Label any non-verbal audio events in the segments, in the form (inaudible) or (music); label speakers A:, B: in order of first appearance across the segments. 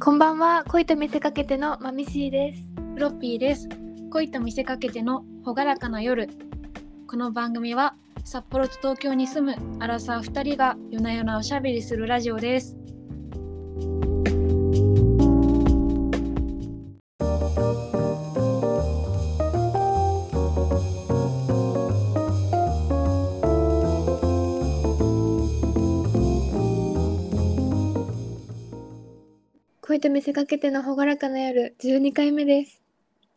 A: こんばんは恋と見せかけてのまみしーです
B: フロッピーです恋と見せかけての朗らかな夜この番組は札幌と東京に住むアラサー2人が夜な夜なおしゃべりするラジオです
A: 恋と見せかけての朗らかな夜12回目です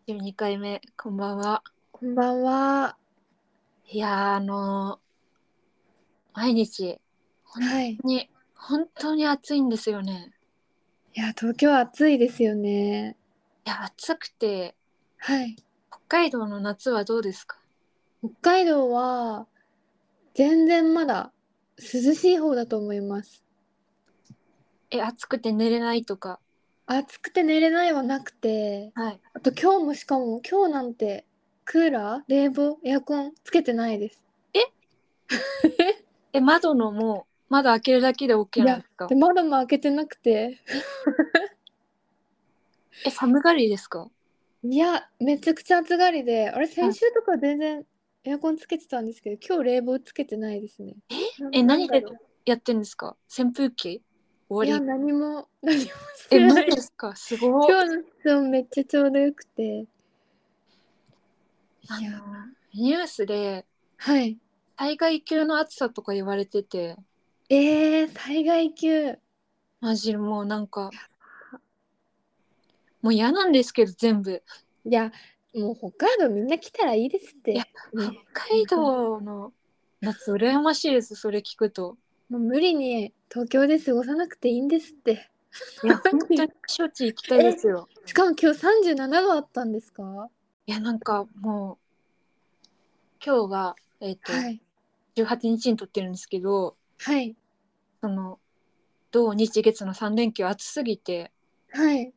B: 12回目こんばんは
A: こんばんはい
B: やーあのー毎日本
A: はいい
B: 当に本当に暑いんですよね
A: や東京は暑いですよね
B: いや暑くて
A: はい
B: 北海道の夏はどうですか
A: 北海道は全然まだ涼しい方だと思います
B: え暑くて寝れないとか
A: 暑くて寝れないはなくて
B: はい
A: あと今日もしかも今日なんてクーラー冷房エアコンつけてないです
B: え窓のもう窓開けるだけで OK なんですか
A: で窓も開けてなくて
B: え寒がりですか
A: いやめちゃくちゃ暑がりであれ先週とか全然エアコンつけてたんですけど今日冷房つけてないですね
B: え
A: なん
B: 何
A: だ
B: で
A: ろう
B: やってるんですか扇風機
A: い
B: 終
A: や
B: わり
A: 何も何もし
B: え
A: てな
B: 何
A: い
B: ですかすごい
A: 今日の室温めっちゃちょうどよくてい
B: あの
A: や
B: ニュースで
A: はい
B: 災害級の暑さとか言われてて
A: えー、災害級
B: マジもうなんかもう嫌なんですけど全部
A: いやもう北海道みんな来たらいいですって
B: いや
A: ね
B: 北海道の夏羨ましいですそれ聞くと
A: もう無理に東京で過ごさなくていいんですって (laughs)
B: いや本当に避暑地行きたいですよ
A: しかも今日37度あったんですかはい
B: やなんかもう今日はえっ、
A: い
B: と18日に撮ってるんですけど
A: はい
B: その土日月の3連休暑すぎて
A: はい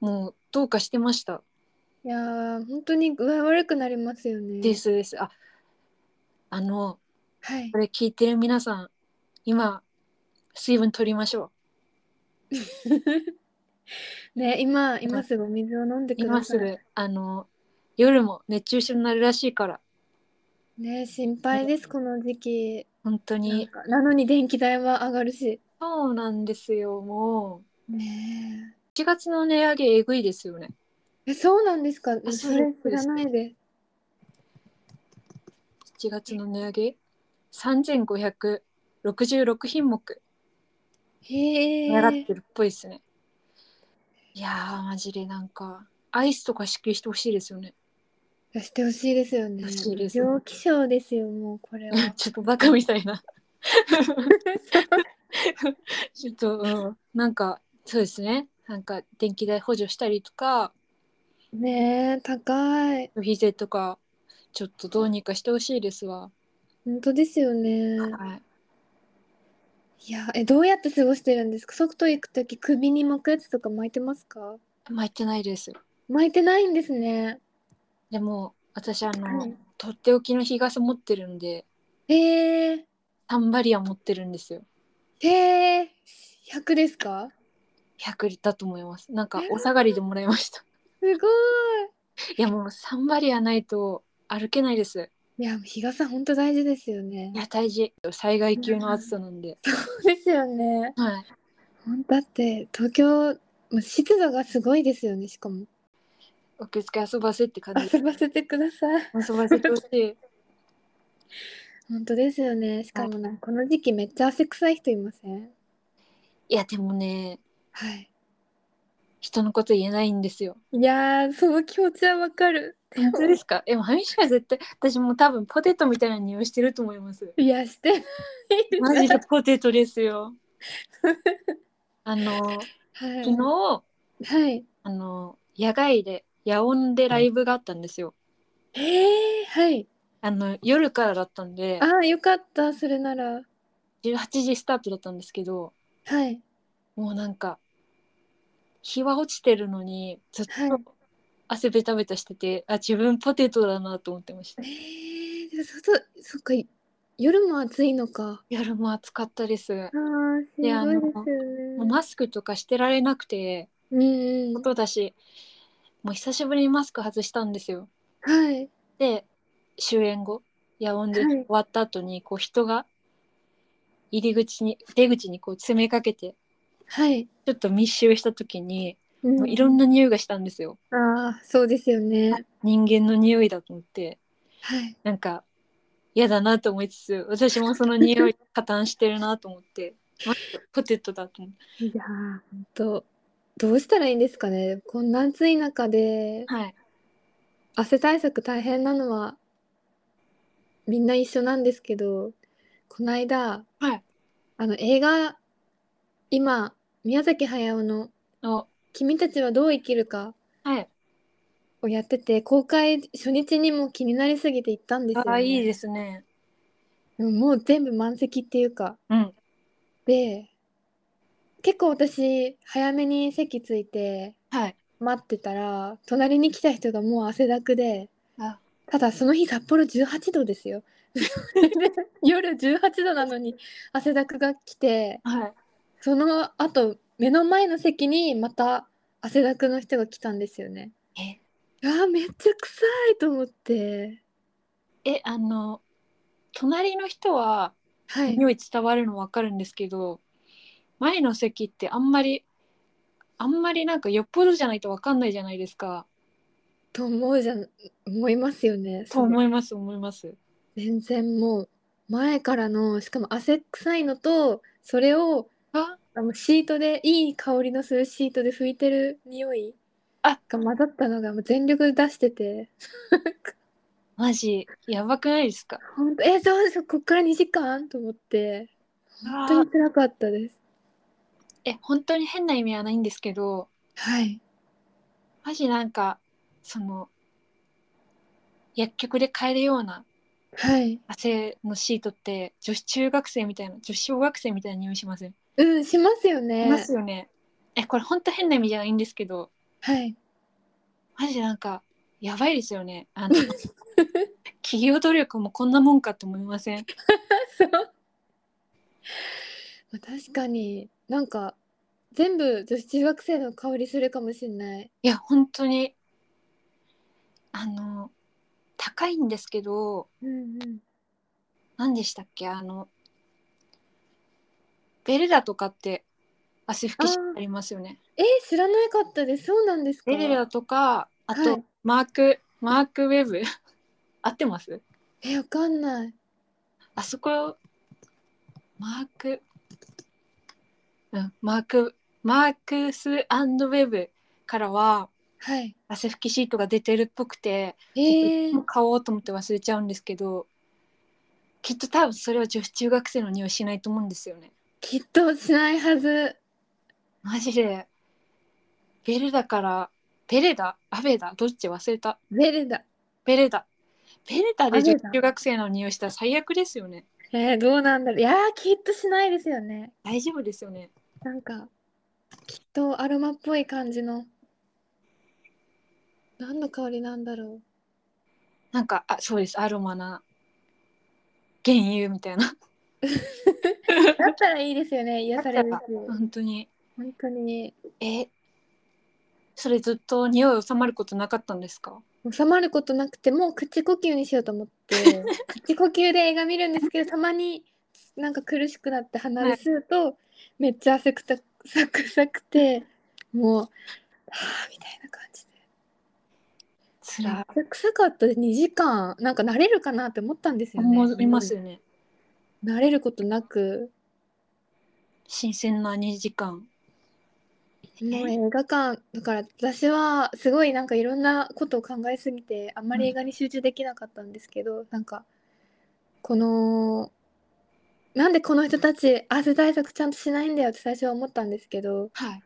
B: もうどうかしてました
A: いやー本当に具合悪くなりますよね。
B: ですですああの
A: はい
B: こ。れ聞いてる皆さん今水分取りましょう
A: ね今今すぐお水を飲んでくだ
B: 今
A: さ
B: す
A: い。
B: ぐあの夜も熱中症になるらしいから
A: ね心配ですこの時期。
B: 本当
A: なん
B: に
A: かなのに電気代は上がるし。
B: そうなんですよも
A: ね
B: う1月の値上げえぐいですよね
A: ええそうなんですか。そ
B: そう
A: れ
B: で
A: 知
B: す
A: らないです。
B: 1月の値上げ3566品目
A: へえ。
B: 値上がってるっぽいですね、いやーマジでなんかアイスとか支給してほしいですよね
A: いやしてほしいですよね。
B: 欲しいです
A: 病気症ですよもうこれは。
B: (laughs) ちょっとバカみたいなちょっと、うん、なんかそうですねなんか電気代補助したりとか
A: (laughs) ねえ高い。
B: 消費税とかちょっとどうにかしてほしいですわ、
A: 本当ですよね。
B: はい、
A: いやえどうやって過ごしてるんですか。外行くとき首に巻くやつとか巻いてますか。
B: 巻いてないです
A: 巻いてないんですね。
B: でも私あの、
A: はい
B: とっておきの日傘持ってるんで
A: へえ
B: サンバリア持ってるんですよ
A: へえ100ですか
B: 100だと思いますなんかお下がりでもらいました (laughs)
A: すごい
B: いやもうサンバリアないと歩けないです
A: いや日傘ほんと大事ですよね
B: いや大事災害級の暑さなんで、
A: そうですよね
B: はい
A: ほんだって東京まあ湿度がすごいですよねしかも
B: お気をつけ遊ばせって感じ
A: 遊ばせてください
B: 遊ばせてほしい
A: ほんとですよねしかもなんかこの時期めっちゃ汗臭い人いません
B: いやでもね
A: はい
B: 人のこと言えないんですよ
A: いやーその気持ちはわかる
B: (laughs) 本当ですかえもハミシは絶対私もう多分ポテトみたいな匂いしてると思い
A: (laughs)
B: ます
A: いやしてない
B: マ
A: (laughs)
B: ジでポテトですよあの
A: はい
B: 昨日
A: はい
B: あの野外で夜音でライブがあったんですよ
A: へえはい
B: あの夜からだったんで
A: ああよかったそれなら
B: 18時スタートだったんですけど
A: はい
B: もうなんか日は落ちてるのにずっ
A: はい
B: と汗ベタベタしてて、あ自分ポテトだなと思ってました
A: えー、でも外そっ (laughs) か夜も暑いのか。
B: 夜も暑かったです
A: ああすごいですよ
B: であの
A: うん
B: もうマスクとかしてられなくて
A: うんうん
B: ことだしもう久しぶりにマスク外したんですよ。
A: はい
B: で終演後夜音で
A: はい
B: 終わった後にこう人が入り口に出口にこう詰めかけて
A: はい、
B: ちょっと密集した時に
A: うん
B: もういろんな匂いがしたんですよ。
A: ああそうですよね
B: 人間の匂いだと思って
A: はい
B: なんか嫌だなと思いつつ私もその匂い加担してるなと思ってマジでポテトだと思って。
A: いやー本当どうしたらいいんですかねこんな暑い中で
B: はい
A: 汗対策大変なのはみんな一緒なんですけどこの間、
B: はい
A: あの映画今宮崎駿の
B: お
A: 「君たちはどう生きるか
B: はい、」
A: をやってて公開初日にも気になりすぎて行ったんですよ、ね、
B: あいいですね。
A: でももう全部満席っていうか
B: うん、
A: で結構私早めに席ついて
B: はい。
A: 待ってたら隣に来た人がもう汗だくで
B: あ
A: ただその日札幌18度ですよ (laughs) 夜18度なのに汗だくが来て
B: はい。
A: その後目の前の席にまた汗だくの人が来たんですよね
B: え
A: あーめっちゃ臭いと思って
B: え、あの、隣の人は
A: はい
B: 匂い伝わるのわかるんですけど、前の席ってあんまり、あんまりなんかよっぽどじゃないとわかんないじゃないですか。
A: と思うじゃん思いますよね
B: と
A: その
B: 思います、思います。
A: 全然もう前からのしかも汗臭いのとそれを
B: あ
A: あのシートでいい香りのするシートで拭いてる匂い
B: あ
A: が混ざったのがもう全力で出してて
B: マジ、やばくないですか。
A: 本当えどうしようこっから2時間と思って本当に辛かったです
B: え、本当に変な意味はないんですけど、
A: はい
B: マジなんか、その、薬局で買えるような
A: はい
B: 汗のシートって女子中学生みたいな女子小学生みたいな匂いしません
A: うんしますよ
B: い
A: ね
B: ますよね。え、これ本当変な意味じゃないんですけど、
A: はい
B: マジでなんかやばいですよね。あの
A: (laughs)
B: 企業努力もこんなもんかと思いません。
A: そうまあ確かになんか全部女子中学生の香りするかもしれない
B: いや本当にあの高いんですけど、
A: うんうん
B: 何でしたっけあのベルダとかって汗拭きシートありますよね。
A: えー知らなかったですそうなんですか
B: ベルダとかあと、
A: はい
B: マークマークウェブ (laughs) 合ってます？
A: えわかんない
B: あそこマーク、うん、マークマークスウェブからは
A: はい
B: 汗拭きシートが出てるっぽくて、
A: えー、
B: 買おうと思って忘れちゃうんですけどきっと多分それは女子中学生の匂いしないと思うんですよね。
A: きっとしないはず
B: マジでベレダからベレダアベダどっち忘れた
A: ベルだ
B: ベレダベレダで
A: ア
B: 女
A: ベダ
B: 子中学生の匂いしたら最悪ですよね。
A: えー、どうなんだろういやーきっとしないですよね
B: 大丈夫ですよね。
A: なんかきっとアロマっぽい感じの何の香りなんだろ
B: なんかあそうですアロマな原油みたいな
A: (laughs) うだったらいいですよね癒されるし
B: 本当に
A: 本当に
B: えそれずっと匂い収まることなかったんですか
A: 収まることなくてもう口呼吸にしようと思って
B: (laughs)
A: 口呼吸で映画見るんですけどたまになんか苦しくなって鼻で吸うと、めっちゃ汗くたサクサクてもうはあみたいな感じで
B: つ
A: めっ
B: ら
A: ちゃ臭かったで2時間なんか慣れるかなって思ったんですよね
B: 思いますよね
A: 慣れることなく
B: 新鮮な2時間
A: もう映画館だから私はすごいなんかいろんなことを考えすぎてあんまり映画に集中できなかったんですけど、なんかこのなんでこの人たち汗対策ちゃんとしないんだよって最初は思ったんですけど
B: はい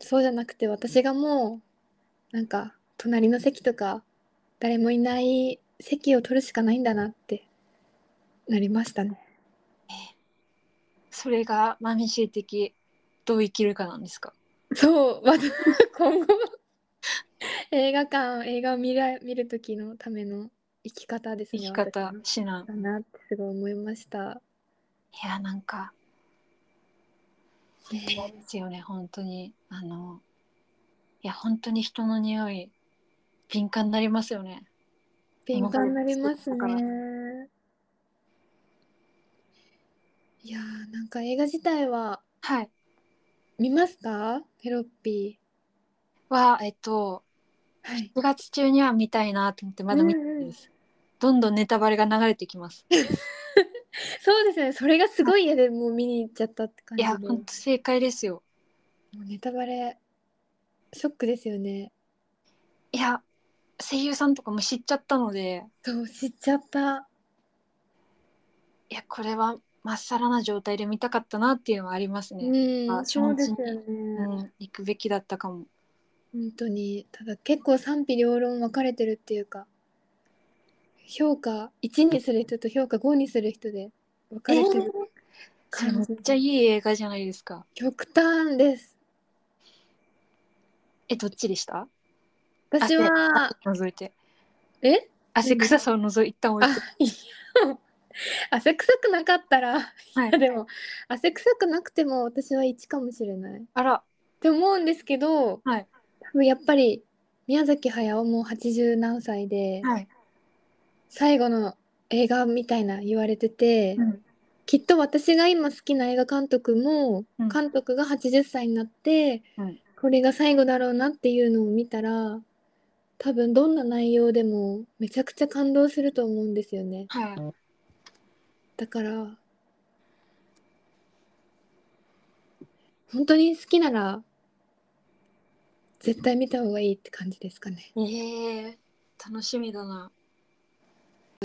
A: そうじゃなくて私がもうなんか隣の席とか誰もいない席を取るしかないんだなってなりましたね。
B: それがマミシー的どう生きるかなんですか
A: そう、わ今後映画館、映画を見ら見る時のための生き方です
B: 生
A: ね。
B: き方
A: 私
B: 指南
A: だなってすごい思いました。
B: いやなんか
A: ね
B: ですよね本当にあのいや本当に人の匂い敏感になりますよね
A: 敏感になります
B: だから
A: ね。いやーなんか映画自体は
B: はい
A: 見ますかペロッピ
B: はえっと
A: ー。はい。
B: 9月中には見たいなと思ってまだ見てないです、どんどんネタバレが流れてきます
A: そうですね。それがすごい嫌でもう見に行っちゃったって感
B: い
A: じで。
B: や本当正解ですよ
A: もうネタバレショックですよね。
B: いや声優さんとかも知っちゃったので
A: そう知っちゃった。
B: いやこれはまっさらな状態で見たかったなっていうのはありますね、
A: う
B: あ
A: ん。そうですよね。
B: うん、行くべきだったかも
A: 本当にただ結構賛否両論分かれてるっていうか評価1にする人と評価5にする人で分かれてる
B: それめ
A: 感
B: っ
A: じ、
B: ちゃいい映画じゃないですか
A: 極端です
B: えどっちでした
A: 私は
B: 覗いて
A: え
B: 汗臭さを覗いたも
A: あいやもう (laughs) 汗臭くなかったら、
B: はい
A: いやでも汗臭くなくても私は1かもしれないっ
B: あら
A: て思うんですけど、
B: はい
A: 多分やっぱり宮崎駿も80何歳で、
B: はい、
A: 最後の映画みたいな言われてて、
B: うん
A: きっと私が今好きな映画監督も、
B: うん
A: 監督が80歳になって、
B: うん
A: これが最後だろうなっていうのを見たら多分どんな内容でもめちゃくちゃ感動すると思うんですよね
B: はい
A: だから本当に好きなら絶対見た方がいいって感じですかね
B: ええ楽しみだな。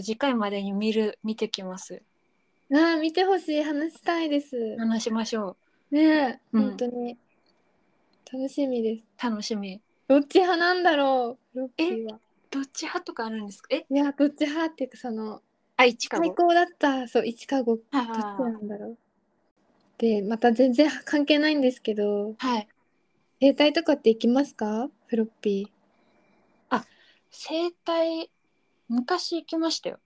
B: 次回までに見る見てきます。
A: ああ見てほしい話したいです
B: 話しましょ
A: ねえ、
B: うん
A: 本当に楽しみです
B: う。楽しみ。
A: どっち派なんだろうロッキーは
B: どっち派とかあるんですか。え、
A: いやどっち派っていうかその
B: あ、一か
A: 最
B: ご。
A: 高だったそう1か5どっち
B: あー
A: なんだろうでまた全然関係ないんですけど
B: はい。
A: 整体とかって行きますかフロッピ
B: 整体。昔行きましたよ。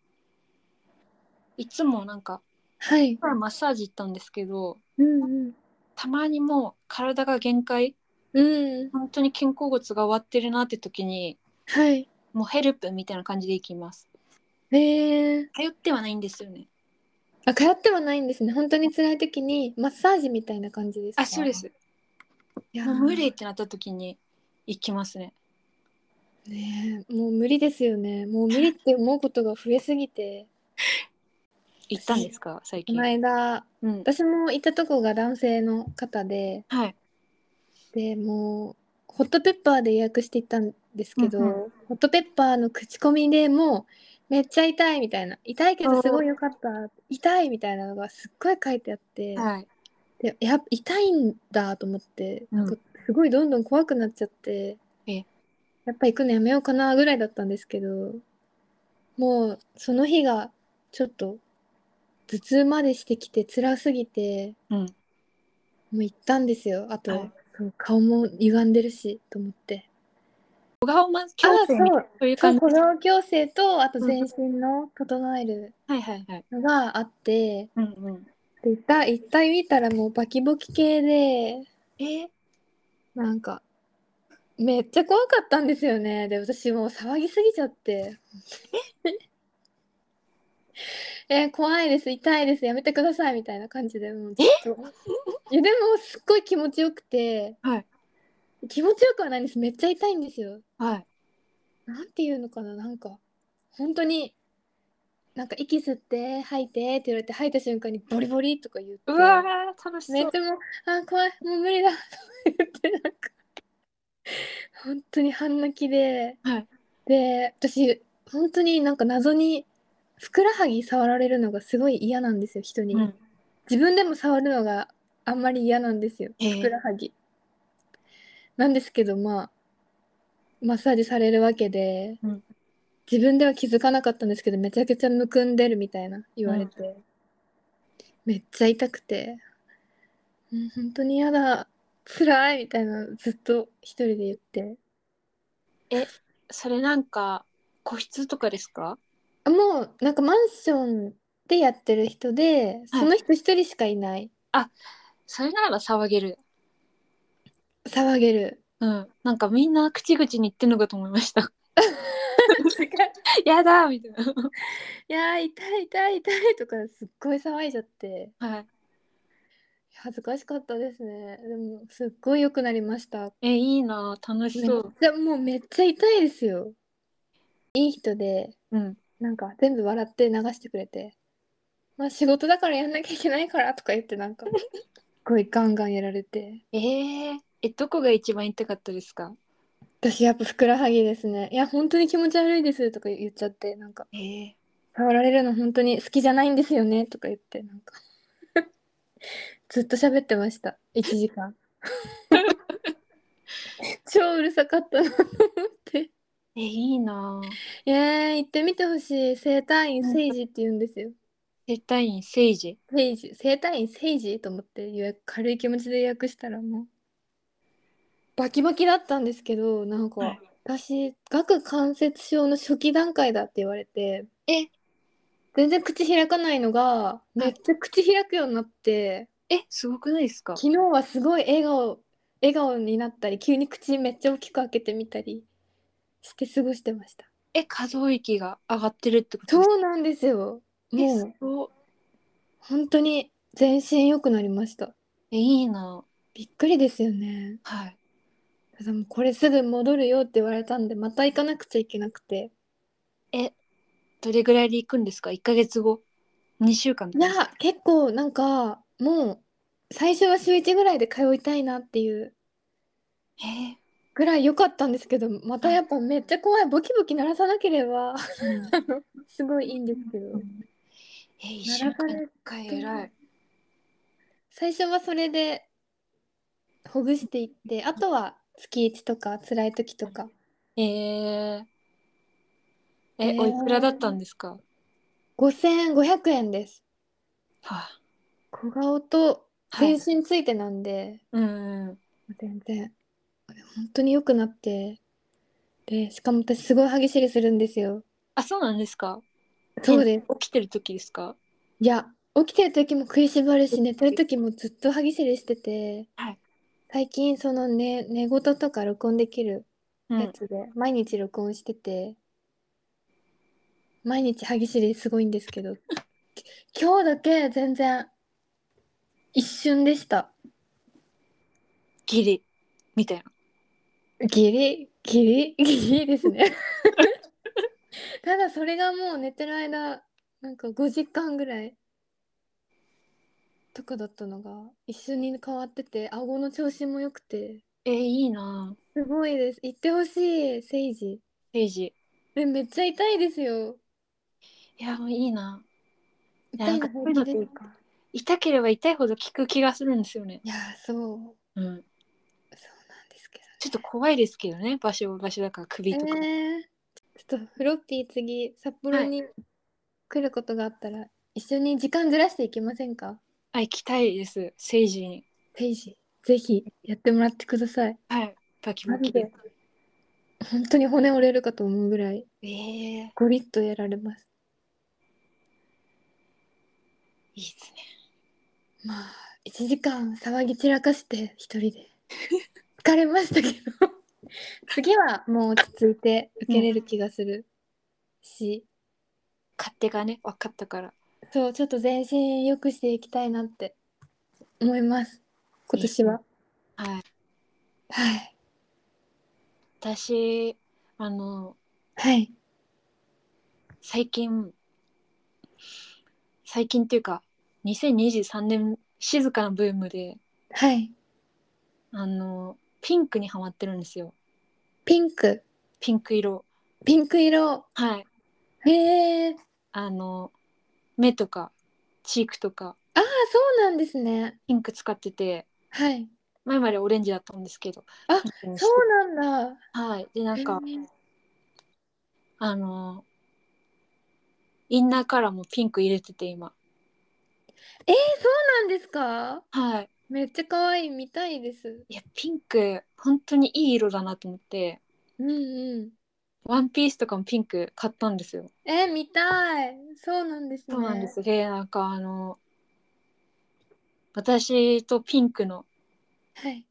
B: いつもなんか。
A: ーはい
B: マッサージ行ったんですけど。
A: うんうん
B: たまにもう体が限界。
A: うん
B: 本当に肩甲骨が終わってるなって時に。
A: はい
B: もうヘルプみたいな感じで行きます。
A: えー、
B: 通ってはないんですよね。
A: あ通ってはないんですね本当に辛い時にマッサージみたいな感じですか
B: あ、そうです。
A: いやー
B: もう無理ってなった時に。行きますね。
A: ねえもう無理ですよねもう無理って思うことが増えすぎて
B: 行ったんですか最
A: こ
B: 近。
A: の間
B: うん。
A: 私も行ったとこが男性の方で
B: はい。
A: でもうホットペッパーで予約していったんですけど、
B: うん
A: ホットペッパーの口コミでもうめっちゃ痛いみたいな痛いけどすごい良かった痛いみたいなのがすっごい書いてあって、
B: はい。
A: でやっぱ痛いんだと思って、
B: うん
A: なんかすごいどんどん怖くなっちゃって
B: え
A: やっぱ行くのやめようかなぐらいだったんですけどもうその日がちょっと頭痛までしてきて辛すぎて
B: うん。
A: もう行ったんですよあと、
B: はい
A: そう顔も歪んでるしと思って
B: 小顔マ矯正みたい
A: そ
B: な
A: う
B: そういう
A: そ
B: 感
A: う
B: じ。
A: 小顔矯正とあと全身の整える
B: はいはいはい。
A: のがあって
B: うんうん。
A: で行った行った見たらもうバキボキ系で
B: えー、
A: なんかめっちゃ怖かったんですよねで私もう騒ぎすぎちゃって (laughs) え怖いです痛いですやめてくださいみたいな感じでもうずっといやでもすっごい気持ちよくて、
B: はい
A: 気持ちよくはないんですめっちゃ痛いんですよ
B: はい。
A: なんていうのかななんか本当になんか息吸って吐いてって言われて吐いた瞬間にボリボリとか言って
B: うわー楽し
A: め
B: そ
A: っ
B: う。
A: ちゃもうあー怖いもう無理だ (laughs) とか言ってなんか本当に半泣きで、
B: はい
A: で私本当になんか謎にふくらはぎ触られるのがすごい嫌なんですよ人に、
B: うん。
A: 自分でも触るのがあんまり嫌なんですよ
B: え
A: ふく
B: ー
A: ら、はぎ、なんですけどまあマッサージされるわけで、
B: うん
A: 自分では気づかなかったんですけどめちゃくちゃむくんでるみたいな言われて、めっちゃ痛くてうん本当に嫌だ辛いみたいなのずっと一人で言って
B: それなんか個室とかですか？
A: あもうなんかマンションでやってる人でその人一人しかいない
B: それなら騒げる。
A: 騒げる。
B: (laughs) うん。なんかみんな口々に言ってんのかと思いました。 (laughs) やだーみたい
A: いやー痛い痛い痛いとかすっごい騒いじゃって
B: な。はい。
A: 恥ずかしかったですねでもすっごい良くなりました
B: え、いいなー楽し
A: めっ
B: そう。
A: ちゃもうめっちゃ痛いですよいい人で
B: うん。
A: なんか全部笑って流してくれてまあ仕事だからやんなきゃいけないからとか言ってなんかすごいガンガンやられて
B: えー、え、どこが一番痛かったですか
A: 私やっぱふくらはぎですねいや本当に気持ち悪いですとか言っちゃってなんか
B: えー、
A: 触られるの本当に好きじゃないんですよねとか言ってなんか (laughs) ずっと喋ってました1時間 (laughs) 超うるさかったなと思って
B: え、いいな
A: え
B: ー
A: ー、行ってみてほしい整体院
B: うん
A: セイジって言うんですよ
B: 絶対に政治。
A: セイジ整体院セイジと思って予約軽い気持ちで予約したらもうバキバキだったんですけどなんか、
B: はい
A: 私顎関節症の初期段階だって言われて
B: え、
A: 全然口開かないのがめっちゃ口開くようになって、
B: え、すごくないですか
A: 昨日はすごい笑顔笑顔になったり急に口めっちゃ大きく開けてみたりして過ごしてました
B: え、可動域が上がってるってことですか
A: そうなんですよも
B: え、す
A: う
B: ごい
A: 本当に全身良くなりました
B: え、いいな
A: びっくりですよね
B: ーはい。
A: ただもうこれすぐ戻るよって言われたんでまた行かなくちゃいけなくて
B: どれぐらいで行くんですか ?1 ヶ月後 ?2 週間と
A: い
B: か
A: や
B: ですか
A: 結構なんかもう最初は週1ぐらいで通いたいなっていう
B: えー
A: ぐらい良かったんですけどまたやっぱめっちゃ怖いボキボキ鳴らさなけれ (laughs) ば
B: うん
A: すごいいいんですけど
B: え、一
A: 習
B: 週間
A: 慣
B: に一回偉い。
A: 最初はそれでほぐしていってあとは月1とか辛い時とか
B: えー、え、
A: ね
B: おいくらだったんですか
A: 5500円です
B: はあ、
A: 小顔と
B: はい
A: 全。身ついてなんで、
B: うんうん。
A: 全然本当に良くなってでしかも私すごい歯ぎしりするんですよ
B: あ、そうなんですか
A: そうです
B: 起きてる時ですか
A: いや起きてる時も食いしばるし寝てる時もずっと歯ぎしりしてて、
B: はい
A: 最近その寝寝言とか録音できる
B: う
A: や
B: ん。
A: つで、毎日録音してて毎日歯ぎしりすごいんですけど今日だけ全然一瞬でした
B: ギリ。みたいな。
A: ギリギリギリですね (laughs) ただそれがもう寝てる間なんか5時間ぐらいとかだったのが一緒に変わってて顎の調子も良くて
B: えー、いいなぁ
A: すごいです行ってほしいセイジ
B: ページ。
A: でめっちゃ痛いですよ
B: いや、もういいなぁ
A: 痛い
B: な
A: の
B: んか
A: 平気です
B: そういうのって
A: か
B: 痛ければ痛いほど効く気がするんですよね。
A: いやそうそうなん
B: うん。
A: ですけ
B: ちょっと怖いですけどね。場所場所だから首と
A: ど
B: か。
A: えーちょっとフロッピー次札幌
B: はい
A: に来ることがあったら、一緒に時間ずらしていきませんか
B: あ、行きたいです。セイジに。
A: ペイジ、ぜひやってもらってください。
B: はい。バキバ
A: マ
B: キ
A: ジ
B: で
A: で。本当に骨折れるかと思うぐらい、
B: えー、い
A: ゴリッとやられます。
B: いですね。
A: まあ、1時間騒ぎ散らかして、一人で。疲れましたけど、次はもう落ち着いて受けれる気がするし、
B: 勝手がね、分かったから。
A: そう、ちょっと全身良くしていきたいなって思います。今年は。
B: はい。
A: はい。
B: 私、あの、
A: はい。
B: 最近、最近っていうか、2023年、静かなブームで、
A: はい。
B: あの、ピンクにハマってるんですよ。
A: ピンク、
B: ピンク色。
A: ピンク色。
B: はい。
A: へえ。あ、
B: あの、目とか、チークとか、
A: そうなんですね。
B: ピンク使ってて、
A: はい。
B: 前までオレンジだったんですけど。
A: あ
B: ピンクにして
A: そうなんだ。
B: はい。で、なんか、
A: へえ
B: あの、インナーカラーもピンク入れてて、今。
A: えー、そうなんですか
B: はい。
A: めっちゃ可愛い見たいです。
B: いや、ピンク、本当にいい色だなと思って、
A: うんうん。
B: ワンピースとかもピンク買ったんですよ。
A: えー、見たい。そうなんですね。
B: そうなんです。で、なんかあの、私とピンクの
A: はい。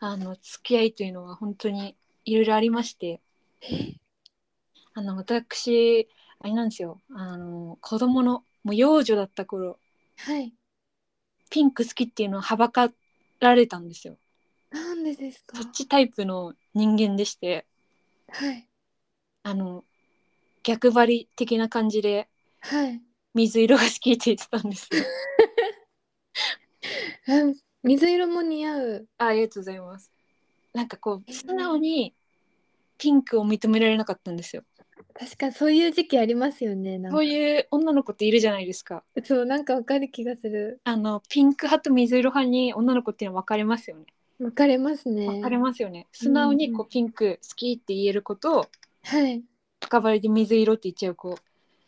B: あの付き合いというのは本当にいろいろありましてあの私あれなんですよあの子供のもう幼女だった頃
A: はい。
B: ピンク好きっていうのをはばかられたんですよ
A: なんでですか
B: そっちタイプの人間でして
A: はい。
B: あの逆張り的な感じで
A: はい。
B: 水色が好きって言ってたんですよ
A: うん水色も似合う。
B: (laughs) あありがとうございますなんかこう素直にピンクを認められなかったんですよ
A: 確かにそういう時期ありますよね。なん
B: そ
A: か
B: ういう女の子っているじゃないですか
A: そう、なんかわかる気がする。
B: あのピンク派と水色派に女の子っていうのは分かれますよね
A: 分かれますね。
B: 分かれますよね素直にこ
A: う
B: うピンク好きって言える子と
A: はい。
B: 赤張りで水色って言っちゃう子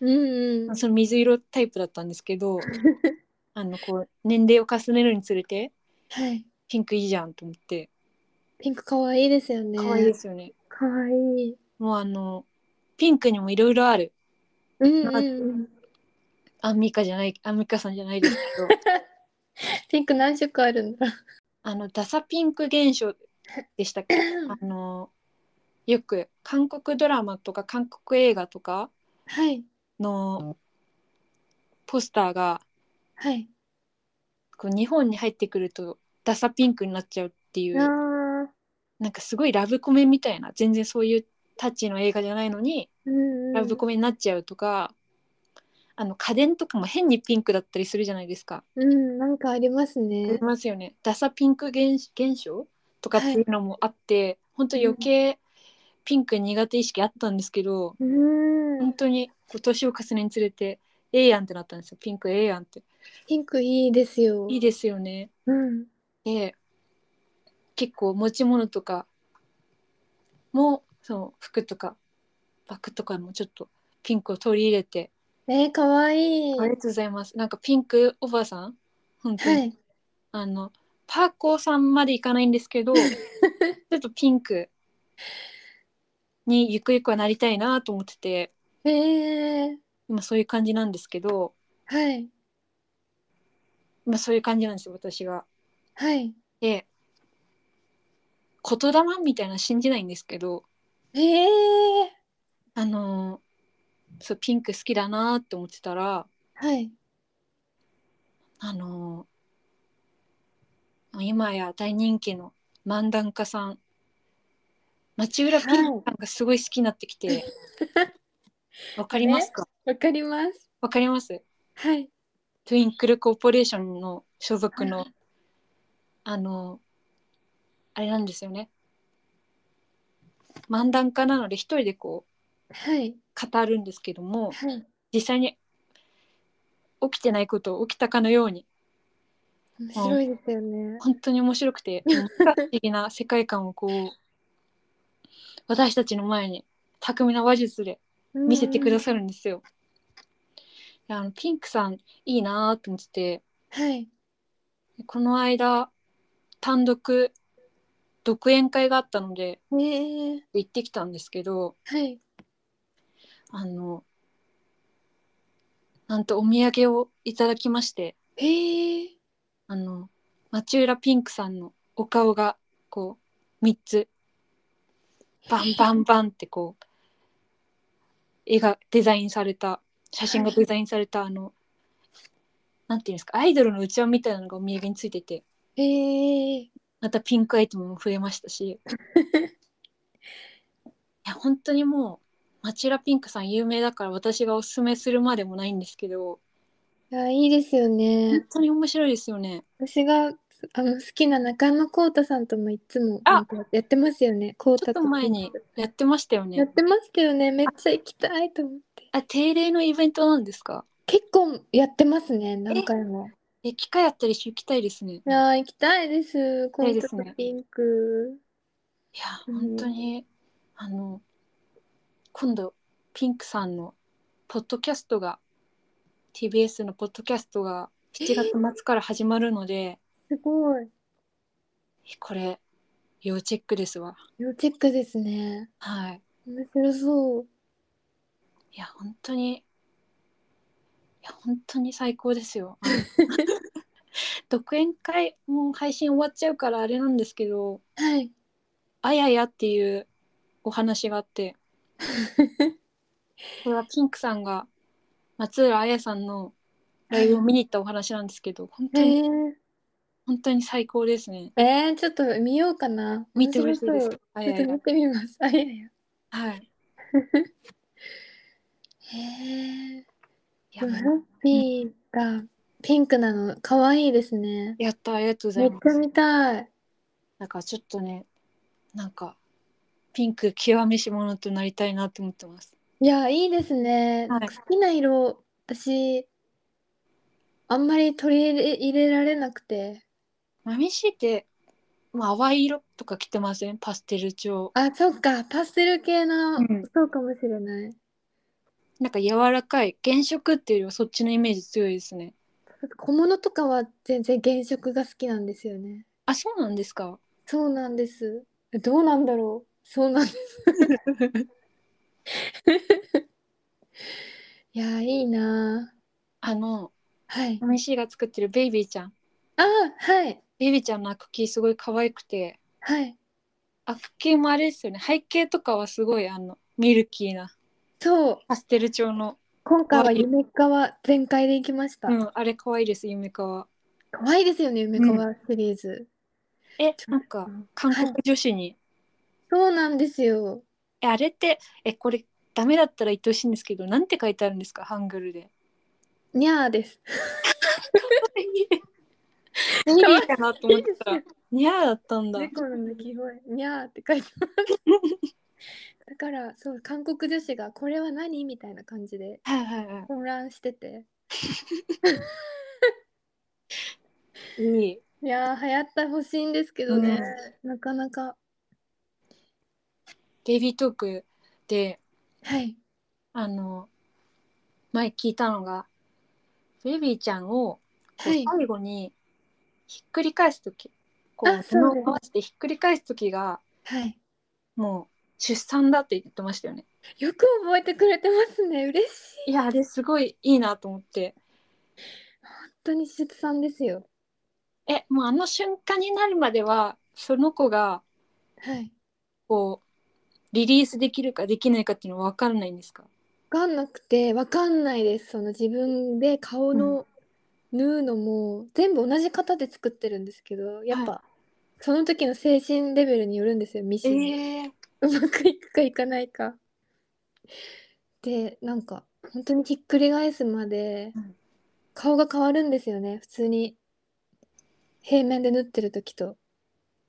A: うんうん。
B: その水色タイプだったんですけ (laughs) どあのこう年齢を重ねるにつれて
A: はい。
B: ピンクいいじゃんと思って
A: ピンク可愛いですよね。
B: 可愛いですよね
A: 可愛い。
B: もうあのピンクにもいろいろある
A: うんうんうん。
B: アンミカじゃないアンミカさんじゃないですけ
A: (laughs)
B: ど
A: ピンク何色あるんだろ
B: あのダサピンク現象でしたっけ (laughs) あのよく韓国ドラマとか韓国映画とか
A: う。はい。
B: のポスターが
A: はい。
B: こう日本に入ってくるとダサピンクになっちゃうっていう
A: ああ。
B: なんかすごいラブコメみたいな全然そういうタッチの映画じゃないのに
A: うんうん。
B: ラブコメになっちゃうとか、あの家電とかも変にピンクだったりするじゃないですか。
A: うん、なんかあります
B: あ
A: ね
B: り。ますよね。ダサピンク現現象とかっていうのもあって、本当余計ピンク苦手意識あったんですけど、
A: うん
B: 本。当にこう年を重ねにつれてええやんってなったんですよ。ピンクええやんって。
A: ピンクいいですよ。
B: いいですよね。
A: うん。
B: で結構持ち物とかもその服とかバッグとかもちょっとピンクを取り入れて、
A: えー、かわいい。
B: ありがとうございますなんかピンクおばさん本当に、
A: はい。
B: あのパーコーさんまでいかないんですけどちょっとピンクにゆくゆくはなりたいなと思ってて
A: えー、
B: 今そういう感じなんですけど
A: はい。
B: 今そういう感じなんですよ私が。
A: はい。
B: で言霊みたいなの信じないんですけど、
A: えー、
B: あのーそうピンク好きだなーって思ってたら
A: はい。
B: あのー今や大人気の漫談家さん町浦ピンクさんがすごい好きになってきてわ、かりますか
A: わかります。
B: わかります
A: はい。
B: トゥインクルコーポレーションの所属のあのーあれなんですよね漫談家なので一人でこ
A: はい。
B: う語るんですけども
A: はい。
B: 実際に起きてないことを起きたかのように
A: 面白いですよね。
B: 本当に面白くて不可思議な世界観をこう私たちの前に巧みな話術で見せてくださるんですよ。であのピンクさんいいなーって思ってて
A: うんはい。
B: この間単独独演会があったので
A: えー、
B: 行ってきたんですけど
A: はい。
B: あのなんとお土産をいただきまして
A: えー、
B: あの町浦ピンクさんのお顔がこう3つバンバンバンってこう絵がデザインされた写真がデザインされたあのなんていうんですかアイドルのうちわみたいなのがお土産についてて
A: えー、
B: またピンクアイテムも増えましたし (laughs) いや本当にもう町浦ピンクさん有名だから私がおすすめするまでもないんですけど
A: いやいいですよ
B: 本
A: ね。
B: 当に面白いですよね。
A: 私があの好きな中野浩太さんともいつも
B: あ
A: なんかやってますよね。浩
B: ちょ
A: 太
B: っと前にやってましたよね。
A: やってましたよね。めっちゃ行きたいと思って。
B: あ定例のイベントなんですか
A: 結構やってますね。何回も。
B: え機会あったりし行きたいですね。い
A: い
B: や
A: やー行きたいです。コ
B: たい
A: ン
B: で
A: ト
B: す
A: と
B: ね
A: ピンク。うん
B: 本当にあの今度ピンクさんのポッドキャストが TBS のポッドキャストが7月末から始まるので、
A: すごい。
B: これ要チェックですわ。
A: 要チェックですね。
B: はい。
A: 面白そう。
B: いや本当にいや本当に最高ですよ。独演会もう配信終わっちゃうからあれなんですけど
A: はい。
B: あややっていうお話が
A: (laughs)
B: あってこれはピンクさんが松浦あやさんのライブを見に行ったお話なんですけど本
A: え
B: 当に、
A: ー
B: 本当に最高ですね
A: えーちょっと見ようかな。
B: 見てほしいで
A: 面白
B: す
A: そう
B: あ
A: ちょ
B: や
A: っと
B: や
A: 見てみます。あいやいや。
B: はい
A: へえ。
B: いや
A: ブ
B: も
A: ラッ
B: う
A: ピーがピンクなの可愛いですね。
B: やったありがとうござ
A: め
B: い
A: っ
B: ま
A: ちゃ
B: す
A: 見たい。
B: なんかちょっとねなんかピンク極めし者となりたいなと思ってます
A: いや、いいですね。
B: はい
A: 好きな色、私、あんまり取り入れ入れられなくて。
B: まみしいて、まあ、淡い色とか着てませんパステル調
A: あ、そっか、パステル系の、
B: うん
A: そうかもしれない。
B: なんか柔らかい原色っていうよりはそっちのイメージ強いですね
A: 小物とかは全然原色が好きなんですよね。
B: あそうなんですか
A: そうなんです。えどうなんだろう。そうなんです。いや、いいなぁ。
B: あの
A: はい。
B: まみしいが作ってるベイビーちゃん
A: あ、はい。
B: ベイビーちゃんのアクキーすごい可愛くて
A: はい。
B: アクキーもあれですよね背景とかはすごいあのミルキーな
A: そう。
B: パステル調の、
A: 今回は
B: はい
A: 夢川全開で行きました。
B: うん、あれ可愛いです夢川
A: 可愛いですよね、夢川シリーズ。
B: えなんか韓国女子に
A: そうなんですよ。
B: えあれってえこれダメだったら言ってほしいんですけどなんて書いてあるんですかハングルで。
A: にゃーです。
B: ミリーかなと思ってたらニャーだったんだ。
A: 猫の鳴き声、にゃーって書いてます。 (laughs) だから、そう、韓国女子がこれは何みたいな感じで
B: はいはいは
A: 混乱してて。
B: い。いい。
A: いやー、流行ってほしいんですけどね、なかなか。
B: ベイビートークで
A: はい。
B: あの前聞いたのがベイビーちゃんをこう
A: はい。
B: 最後にひっくり返す時こう
A: あそう
B: 頭を合わせてひっくり返す時が
A: はい。
B: もう出産だって言ってましたよね。
A: よく覚えてくれてますね。嬉しい。
B: いやあれすごいいいなと思って。
A: 本当に出産ですよ。
B: えもうあの瞬間になるまではその子が
A: はい。
B: こうリリースできるかできないかっていうのは分からないんですか
A: わかんなくてわかんないですその自分で顔の縫うのも全部同じ型で作ってるんですけどやっぱ、
B: は
A: その時の精神レベルによるんですよミシンの、
B: え
A: うまくいくかいかないか。でなんか本当にひっくり返すまで
B: うん
A: 顔が変わるんですよね普通に平面で縫ってる時と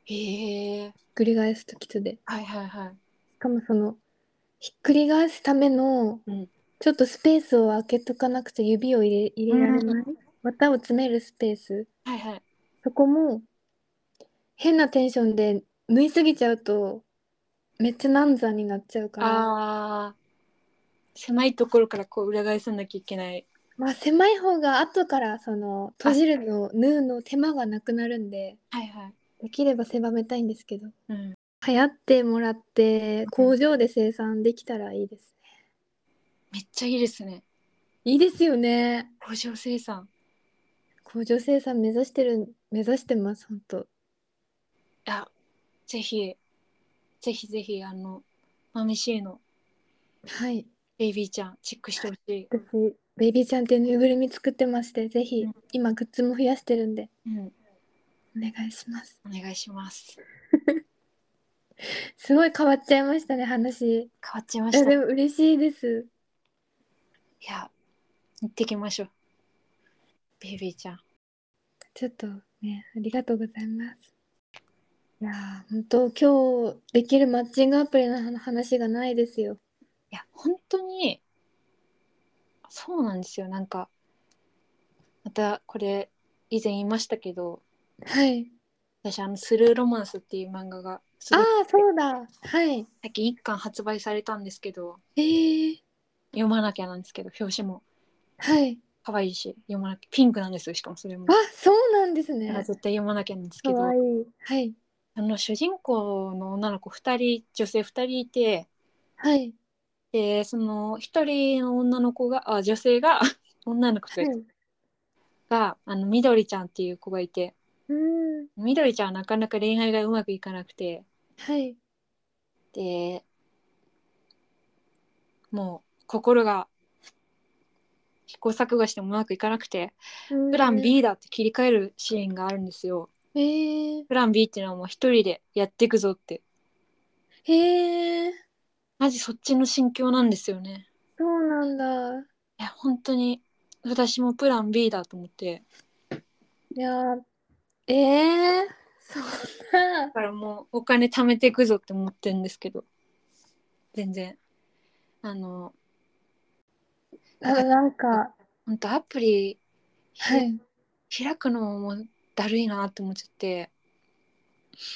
B: へえ
A: ひっくり返す時とで。
B: はいはいはい
A: しかもそのひっくり返すための
B: うん
A: ちょっとスペースを空けとかなくて指を入れ入れられない、
B: うん
A: 綿を詰めるスペース
B: はいはい
A: そこも変なテンションで縫いすぎちゃうとめっちゃ難産になっちゃうから
B: あー狭いところからこう裏返さなきゃいけない
A: まあ狭い方が後からその閉じるの縫うの手間がなくなるんで
B: はいはい
A: できれば狭めたいんですけど
B: うん
A: 流行ってもらって工場で生産できたらいいですね
B: めっちゃいいですね
A: いいですよね
B: 工場生産
A: 工場生産目指してる目指してます本当
B: あぜひぜひぜひあのマミシーの
A: はい
B: ベイビーちゃんチェックしてほしい、
A: 私ベイビーちゃんっていうぬいぐるみ作ってましてぜひ
B: うん
A: 今グッズも増やしてるんで
B: うん、
A: お願いします
B: お願いします
A: すごい変わっちゃいましたね話
B: 変わっちゃいま
A: い
B: し
A: や
B: たい
A: でも嬉しいです
B: や行ってきましょうベイビーちゃん
A: ちょっとねありがとうございますいやー本当今日できるマッチングアプリの話がないですよ
B: いや本当にそうなんですよなんかまたこれ以前言いましたけど
A: はい
B: 私あの「スルーロマンス」っていう漫画がす
A: あ
B: ご
A: あ
B: い
A: そうだはい
B: 最近1巻発売されたんですけど
A: えー、
B: 読まなきゃなんですけど表紙も
A: はい
B: 可愛いし読まなきゃピンクなんですよしかもそれも
A: あ。そうなんです
B: だ
A: ね
B: から絶対読まなきゃなんですけ
A: か
B: ど
A: わいいはい
B: あの主人公の女の子2人女性2人いて
A: はい
B: (laughs) でその1人の女の子があ女性が女の子
A: は
B: が
A: い
B: があのみどりちゃんっていう子がいて
A: うん。
B: みどりちゃんはなかなか恋愛がうまくいかなくて
A: はい。
B: でもう心が試行錯誤してもうまくいかなくてプラン B だって切り替えるシーンがあるんですよ。
A: うん。へえ。
B: プラン B っていうのはもう一人でやっていくぞって
A: へえ。
B: マジそっちの心境なんですよね。
A: そうなんだ。
B: いや本当に私もプラン B だと思って
A: いやー。ええ。そんな
B: だ。からもうお金貯めていくぞって思ってるんですけど全然あの
A: あ、なんか。
B: 本当アプリ
A: (laughs) はい。
B: 開くのももうだるいなって思っちゃって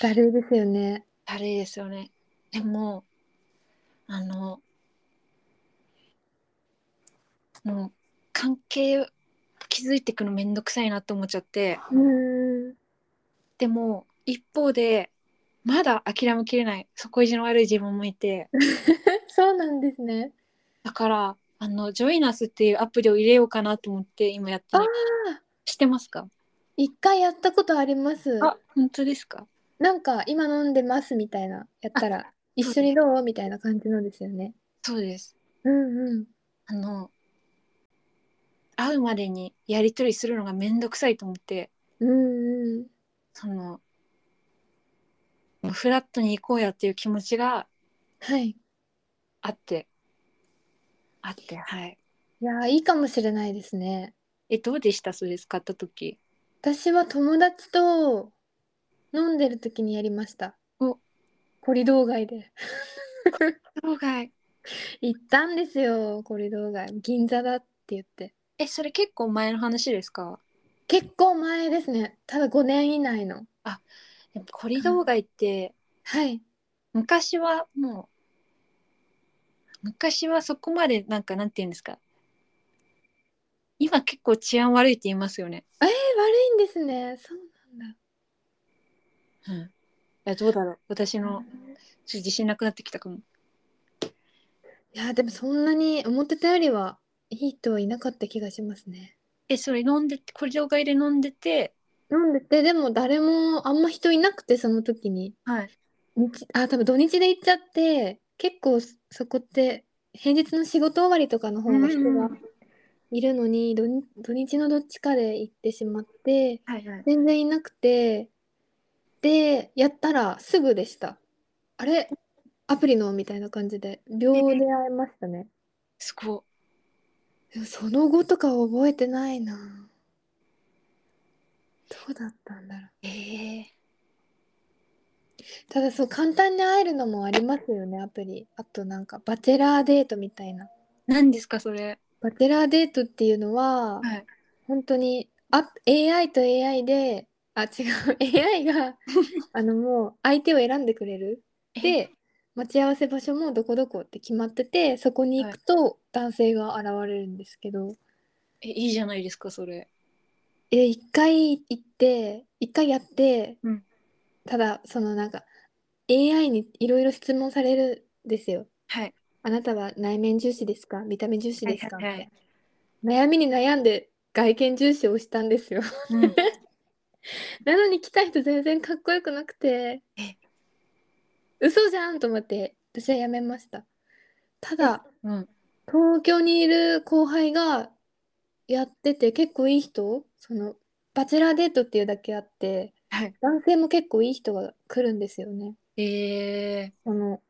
A: だるいですよね。
B: だるいですよねでもあのもう関係築いていくのめんどくさいなって思っちゃって
A: うん。
B: でも一方でまだ諦めきれない底意地の悪い自分もいて
A: そうなんですね。
B: だからあのジョイナスっていうアプリを入れようかなと思って今やって
A: あ
B: る
A: あ。
B: 知ってますか
A: 一回やったことあります。
B: あ本当ですか
A: なんか今飲んでますみたいなやったら一緒にどうみたいな感じのですよね。
B: そうです
A: うんうん。
B: あの会うまでにやり取りするのがめんどくさいと思って
A: うんうん。
B: そのフラットに行こうやっていう気持ちが
A: はい。
B: あってあってはい
A: いやーいいかもしれないですね。
B: えどうでしたそれ使った時
A: 私は友達と飲んでる時にやりました。
B: お
A: コリドー街で (laughs)
B: 当該
A: 行ったんですよコリドー街銀座だって言って
B: えそれ結構前の話ですか
A: 結構前ですねただ5年以内の
B: でもコリドー街って、
A: はい
B: 昔はもう昔はそこまでなんかなんて言うんですか今結構治安悪いって言いますよね。
A: えー、悪いんですねそうなんだ
B: うん、いやどうだろう私のちょっと自信なくなってきたかも。
A: いやーでもそんなに思ってたよりはいい人はいなかった気がしますね
B: えそれ飲んでてこれでおかで飲んでて、
A: 飲んでてでも誰もあんま人いなくてその時に
B: はい、
A: 日あ多分土日で行っちゃって結構そそこって平日の仕事終わりとかの方が人
B: うんうんう
A: がいるのに、土日土日のどっちかで行ってしまって
B: はいはい、
A: 全然いなくてでやったらすぐでしたあれアプリのみたいな感じで秒で会えましたね
B: すご
A: でもその後とかは覚えてないなどうだったんだろう
B: い。えー、
A: ただそう簡単に会えるのもありますよねアプリあとなんかバチェラーデートみたいな
B: 何ですかそれ。
A: バチェラーデートっていうのは、
B: はい
A: 本当にあ AI と AI であ違う (laughs) AI
B: (laughs)
A: があのもう相手を選んでくれる
B: え
A: で待ち合わせ場所もどこどこって決まっててそこに行くと男性が現れるんですけど、
B: えいいじゃないですかそれ。
A: え一回行って一回やって、
B: うん
A: ただそのなんか AI にいろいろ質問されるんですよ。
B: はい。
A: あなたは内面重視ですか見た目重視ですか、
B: はいはいはい
A: みたいな悩みに悩んで外見重視をしたんですよ (laughs)
B: (laughs) うん、
A: なのに来た人全然かっこよくなくて
B: え
A: 嘘じゃんと思って私はやめましたただ
B: うん、
A: 東京にいる後輩がやってて結構いい人そのバチェラーデートっていうだけあって
B: はい。
A: 男性も結構いい人が来るんですよね
B: えー、
A: その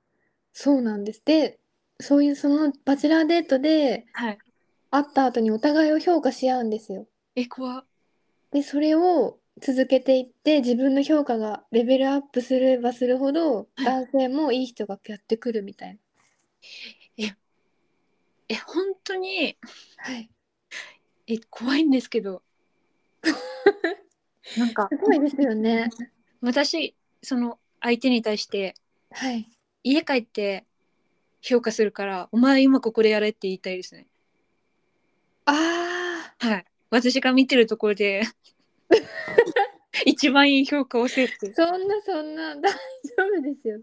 A: そうなんですでそういうそのバチェラーデートで
B: はい。
A: 会った後にお互いを評価し合うんですよ。
B: え怖っ
A: で、それを続けていって自分の評価がレベルアップすればするほど
B: はい
A: 男性もいい人がやってくるみたいな。
B: え本当に
A: はい。
B: え怖いんですけど (laughs) なんか
A: すごいですよね。
B: 私その相手に対して
A: はい。
B: 家帰って評価するから「お前今ここでやれ」って言いたいですね
A: あ
B: はい私が見てるところ (laughs) で一番いい評価をせって (laughs)
A: あ、そんなそんな (laughs) 大丈夫ですよ。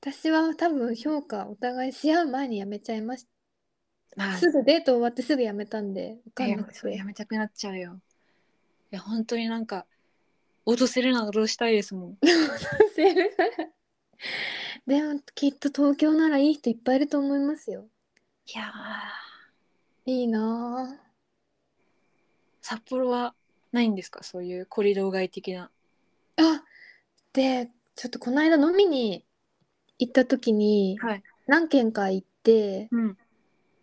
A: 私は多分評価お互いし合う前にやめちゃいまし
B: まあ
A: すぐデート終わってすぐやめたんで分かん
B: いや
A: なく
B: それ
A: て
B: やめたくなっちゃうよいや本当になんか落とせるならどうしたいで
A: (laughs)
B: すもん
A: でもきっと東京ならいい人いっぱいいると思いますよ
B: いやー
A: いいなあ
B: 札幌はないんですかそういうコリドー街的な
A: あでちょっとこの間飲みに行った時に
B: はい
A: 何軒か行って
B: うん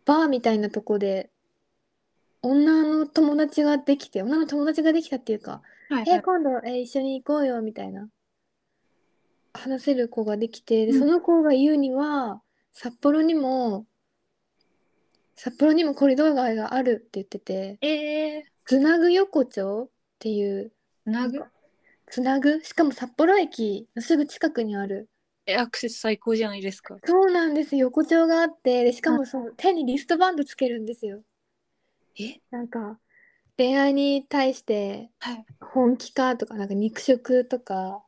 A: バーみたいなとこで女の友達ができて女の友達ができたっていうか
B: はい、
A: え今度、えー一緒に行こうよみたいな話せる子ができてで
B: うん
A: その子が言うには札幌にも札幌にもコリドー街があるって言ってて
B: え
A: つなぐ横丁っていう
B: ー、なぐ
A: なんつなぐしかも札幌駅のすぐ近くにある
B: えアクセス最高じゃないですか
A: そうなんです横丁があってでしかもその手にリストバンドつけるんですよ
B: え
A: なんか恋愛に対して
B: はい
A: 本気かとかなんか肉食とか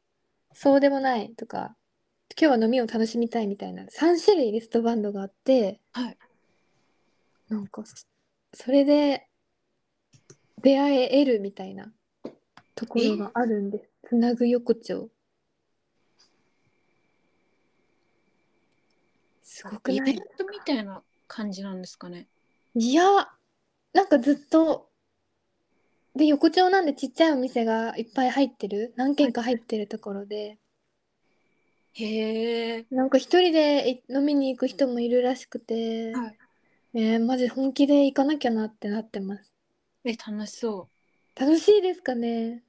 A: そうでもないとか今日は飲みを楽しみたいみたいな3種類リストバンドがあって
B: はい
A: なんかそそれで出会えるみたいなところがあるんですつなぐ横丁すごく
B: イ
A: な
B: ベ
A: い
B: ントみたいな感じなんですかね
A: いやなんかずっとで横丁なんでちっちゃいお店がいっぱい入ってる何軒か入ってるところで、
B: へえ
A: なんか一人でい飲みに行く人もいるらしくて、
B: はい
A: ねえマジ本気で行かなきゃなってなってます
B: え楽しそう
A: 楽しいですかね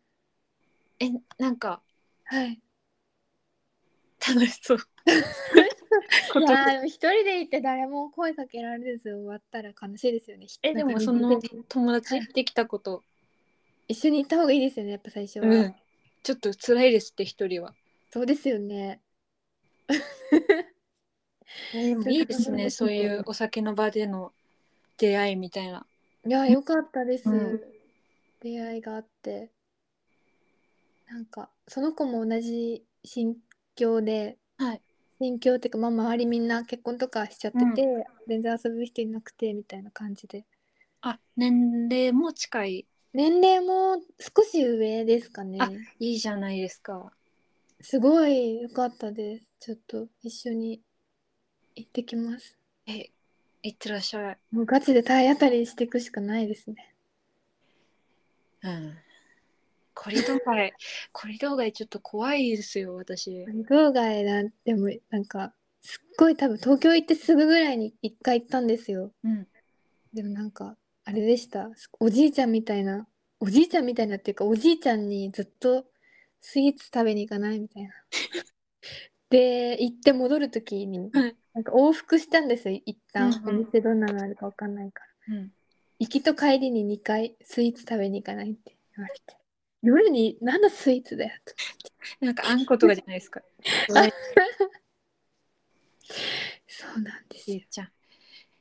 B: えなんか (laughs)
A: はい
B: 楽
A: (laughs)
B: しそう
A: い
B: 言
A: や
B: 葉
A: ーでも一人で行って誰も声かけられず終わったら悲しいですよね
B: えで
A: なん
B: も
A: か
B: その
A: 一
B: 友達できたこと、
A: 緒に行った方がいいですよねやっぱ最初は、
B: うんちょっと辛いですって一人は
A: そうですよ
B: (laughs)
A: ねそう
B: いいです
A: (laughs)
B: ね
A: そ
B: そうう
A: いう
B: いうお酒の場での出会いみたいない
A: やよかったです、
B: うん
A: 出会いがあってなんかその子も同じ心境で、
B: はい
A: 心境っていうか、まあ、周りみんな結婚とかしちゃってて、全然遊ぶ人いなくてみたいな感じで
B: あ年齢も近い
A: 年齢も少し上ですかね
B: あいいじゃないですか
A: すごい良かったですちょっと一緒に行ってきます
B: えいってらっしゃい、
A: もうガチで体当たりしていくしかないですね
B: うん、コリドー (laughs) 街コリドー街ちょっと怖いですよ私
A: 郊外なんでもなんかすっごい多分東京行ってすぐぐらいに一回行ったんですよ
B: うん
A: でもなんかあれでしたすおじいちゃんみたいなおじいちゃんみたいなっていうかおじいちゃんにずっとスイーツ食べに行かないみたい
B: (laughs)
A: なで行って戻る時に
B: はい
A: なんか往復したんですよ一旦、
B: うんうん
A: お店どんなのあるか分かんないから
B: うん
A: 行きと帰りに2回スイーツ食べに行かないって言われて夜に何のスイーツだよと
B: なんかあんことかじゃないです (laughs) か
A: そうなんです
B: じ
A: よ
B: いちゃ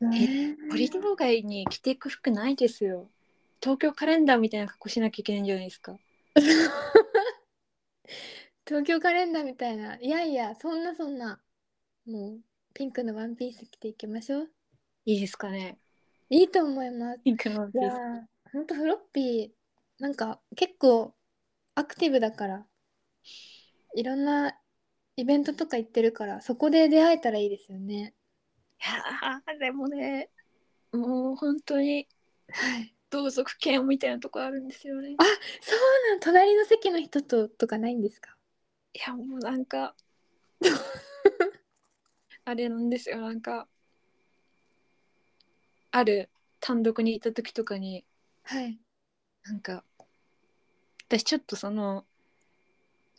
B: ん
A: ねえ
B: コリドー街に着ていく服ないですよ東京カレンダーみたいな格好しなきゃいけないんじゃないですか
A: 東京カレンダーみたいないやいやそんなそんなもうピンクのワンピース着ていきましょう
B: いいですかね
A: いいと思います
B: ピンクのワン
A: い
B: ピ
A: や
B: ー
A: ー
B: ス
A: ほんとフロッピーなんか結構アクティブだからいろんなイベントとか行ってるからそこで出会えたらいいですよね
B: いやーでもねもう本当に
A: はい
B: 同族嫌悪みたいなとこあるんですよね
A: あそうなん隣の席の人ととかないんですか
B: いやもうなんか (laughs) あれなんですよなんかある単独に行った時とかに
A: はい
B: なんか私ちょっとその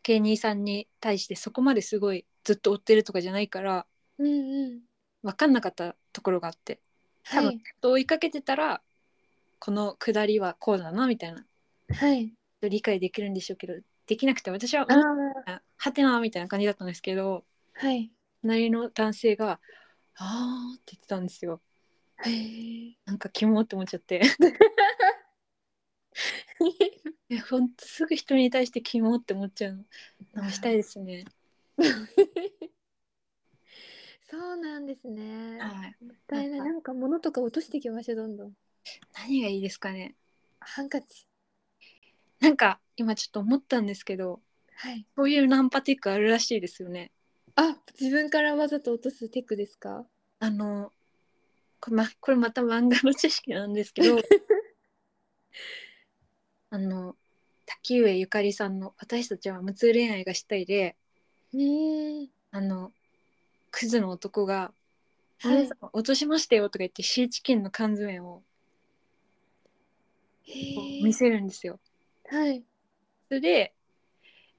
B: 芸人さんに対してそこまですごいずっと追ってるとかじゃないから
A: うんうん
B: 分かんなかったところがあって多
A: は
B: 分
A: い
B: 追いかけてたらこの下りはこうだなみたいな
A: はい
B: 理解できるんでしょうけどできなくて私は
A: あ
B: うん
A: ー
B: はてなみたいな感じだったんですけど
A: はい
B: 隣の男性が「あー」って言ってたんですよ
A: はい
B: なんかキモって思っちゃって (laughs) えほんとすぐ人に対してキモって思っちゃうの直したいですね
A: (laughs) そうなんですね。もっ
B: はい、
A: たいない。なんか物とか落としていきましょう、どんどん。
B: 何がいいですかね
A: ハンカチ。
B: なんか今ちょっと思ったんですけど
A: はい。
B: そういうナンパテックあるらしいですよね
A: あ、自分からわざと落とすテクですか
B: あのこれ,、ま、これまた漫画の知識なんですけ (laughs) どあの滝上ゆかりさんの「私たちは無痛恋愛がしたいで」
A: ねえ。
B: あのクズの男が「お
A: は
B: 姉
A: い
B: さ。ん落としましたよ」とか言ってシーチキンの缶詰をこう
A: へ
B: 見
A: え。
B: せるんですよ。
A: はい。
B: それで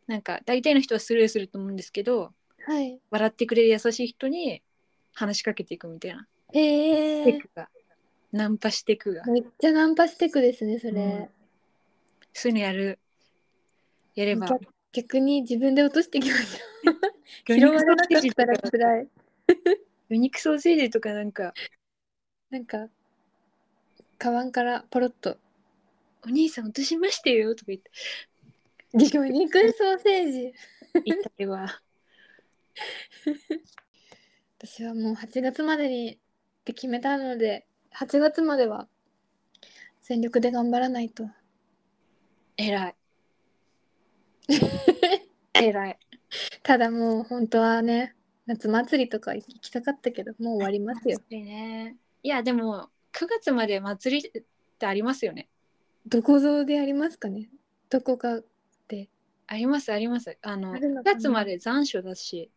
B: なんか大体の人はスルーすると思うんですけど
A: はい。
B: 笑ってくれる優しい人に話しかけていくみたいな
A: へ
B: テ
A: え。
B: クがナンパしてくが
A: めっちゃナンパステクですね、そ
B: うん
A: れ。
B: そういうのやるやれば
A: 逆逆に自分で落としていきましょう。拾われなかったら辛い。
B: 魚肉ソーセージとかなんか
A: なんか、カバンからポロッと。
B: 「お兄さん落としましたよ」とか言って
A: 魚肉ソーセージ。
B: 言った
A: (laughs)
B: れば
A: 私はもう8月までにって決めたので、8月までは全力で頑張らないと。
B: 偉い偉い
A: ただもう本当はね、夏祭りとか行きたかったけど、もう終わりますよ。
B: 祭りね。いやでも9月まで祭りってありますよね。
A: (laughs) どこぞでやりますかねどこかで。
B: ありますあります。あの
A: ある
B: 9
A: のかな
B: 月まで残暑だし。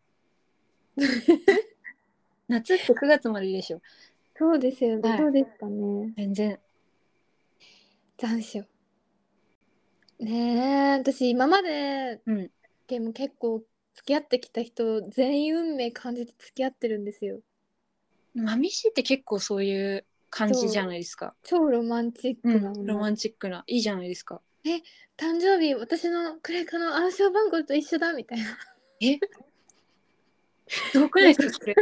B: 夏って9月まででしょ。
A: (laughs) そうですよね。
B: はい
A: どうですかね。
B: 全然。
A: 残暑。ねえ、私今まで
B: うん。
A: でも結構付き合ってきた人、全員運命感じて付き合ってるんですよ。
B: マミシって結構そういう感じじゃないですか。
A: 超ロマンチッ
B: う
A: クな、
B: ん。ロマンチックな。いいじゃないですか。
A: 誕生日私のクレカの暗証番号と一緒だみたい
B: (laughs)
A: な
B: えどくな
A: (laughs)
B: いですかそれ。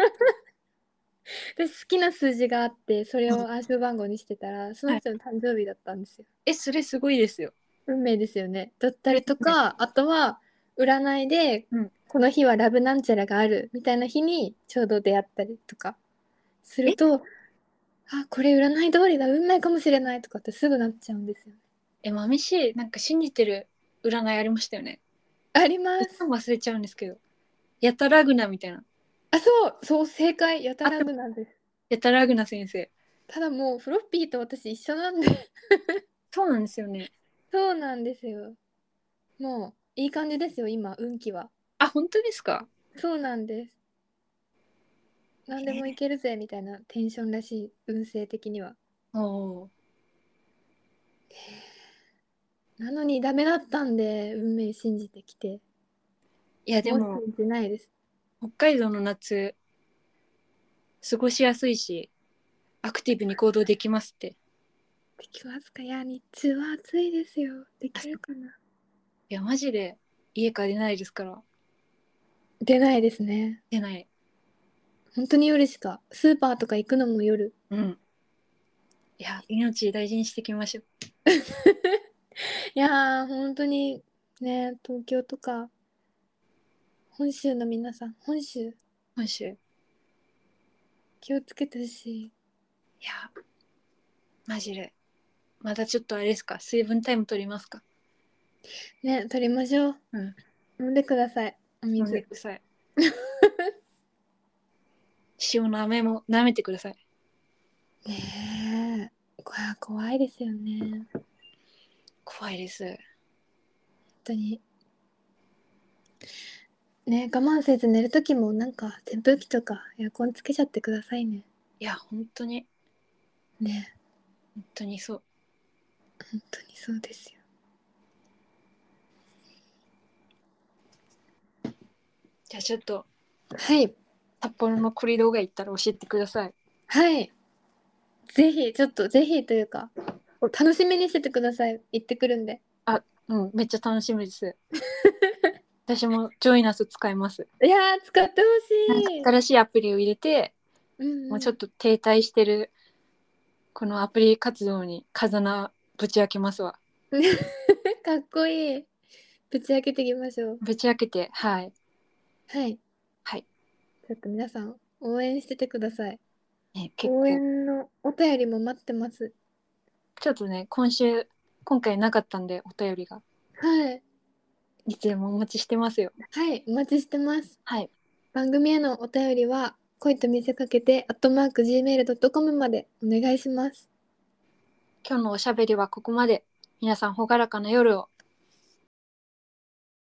A: 私好きな数字があってそれを暗証番号にしてたらその人の誕生日だったんですよ、
B: えそれすごいですよ。
A: 運命ですよねだったりとか、あとは占いで、
B: うん
A: この日はラブなんちゃらがあるみたいな日にちょうど出会ったりとかするとあこれ占い通りだ運命かもしれないとかってすぐなっちゃうんですよね
B: えマミシなんか信じてる占いありましたよね。
A: ありま
B: い
A: す
B: つも忘れちゃうんですけど。やたらぐなみたいな。
A: あそうそう正解やたらぶなんです
B: やたらぐな先生。
A: ただもうフロッピーと私一緒なんで
B: そうなんですよね。
A: そうなんですよ。もういい感じですよ、今、運気は。
B: あ、本当ですか。
A: そうなんです。何でもいけるぜみたいなテンションらしい、運勢的には。
B: おお。
A: なのにダメだったんで、運命信じてきて。
B: いや、でも、
A: う信じないです。
B: 北海道の夏。過ごしやすいし。アクティブに行動できますって。
A: できますかいや、日中は暑いですよ。できるかない
B: や、マジで。家から出ないですから。
A: 出ないですね。
B: 出ない。
A: 本当に夜しか。スーパーとか行くのも夜。
B: うん。いや、命大事にしていきましょう。
A: いやー、本当にね、東京とか、本州の皆さん、本州、
B: 本州。い
A: 気をつけてほしい。
B: や。マジで。またちょっとあれですか。水分タイム取りますか。
A: ね、取りましょう。
B: うん
A: 飲んでください。お
B: 飲んで
A: 水。
B: くだ (laughs) さい。塩の飴も舐めてください。
A: ねえ、これは怖いですよね。本
B: 怖いです。
A: 当に。ね、我慢せず寝るときもなんか扇風機とかエアコンつけちゃってくださいね。
B: いや、本当に。
A: ね、
B: 本当にそう。
A: 本当にそうですよ。
B: じゃあちょっと
A: はい、
B: 札幌のコリドーが行ったら教えてください。
A: はい。ぜひ、ちょっとぜひというか、楽しみにしててください。行ってくるんで。
B: うん、めっちゃ楽し
A: (laughs)
B: みです。私もジョイナス使います。
A: いやー、使って
B: な
A: ほ
B: んか
A: しい。
B: 新しいアプリを入れて、
A: うんん
B: もうちょっと停滞してるこのアプリ活動に風穴ぶち開けますわ。
A: かっこいい。ぶち開けていきましょう。
B: ぶち開けて、はい。
A: はい。
B: はい。
A: ちょっと皆さん、応援しててください。
B: ね、結
A: 応
B: 構
A: 援のお便りも待ってます。
B: ちょっとね今週今回なかったんでお便りが
A: はい。
B: いつでもお待ちしてますよ
A: はい、お待ちしてます。
B: はい
A: 番組へのお便りは、恋と見せかけて、アットマーク Gmail.com までお願いします。
B: 今日のおしゃべりはここまで皆さん朗らかな夜を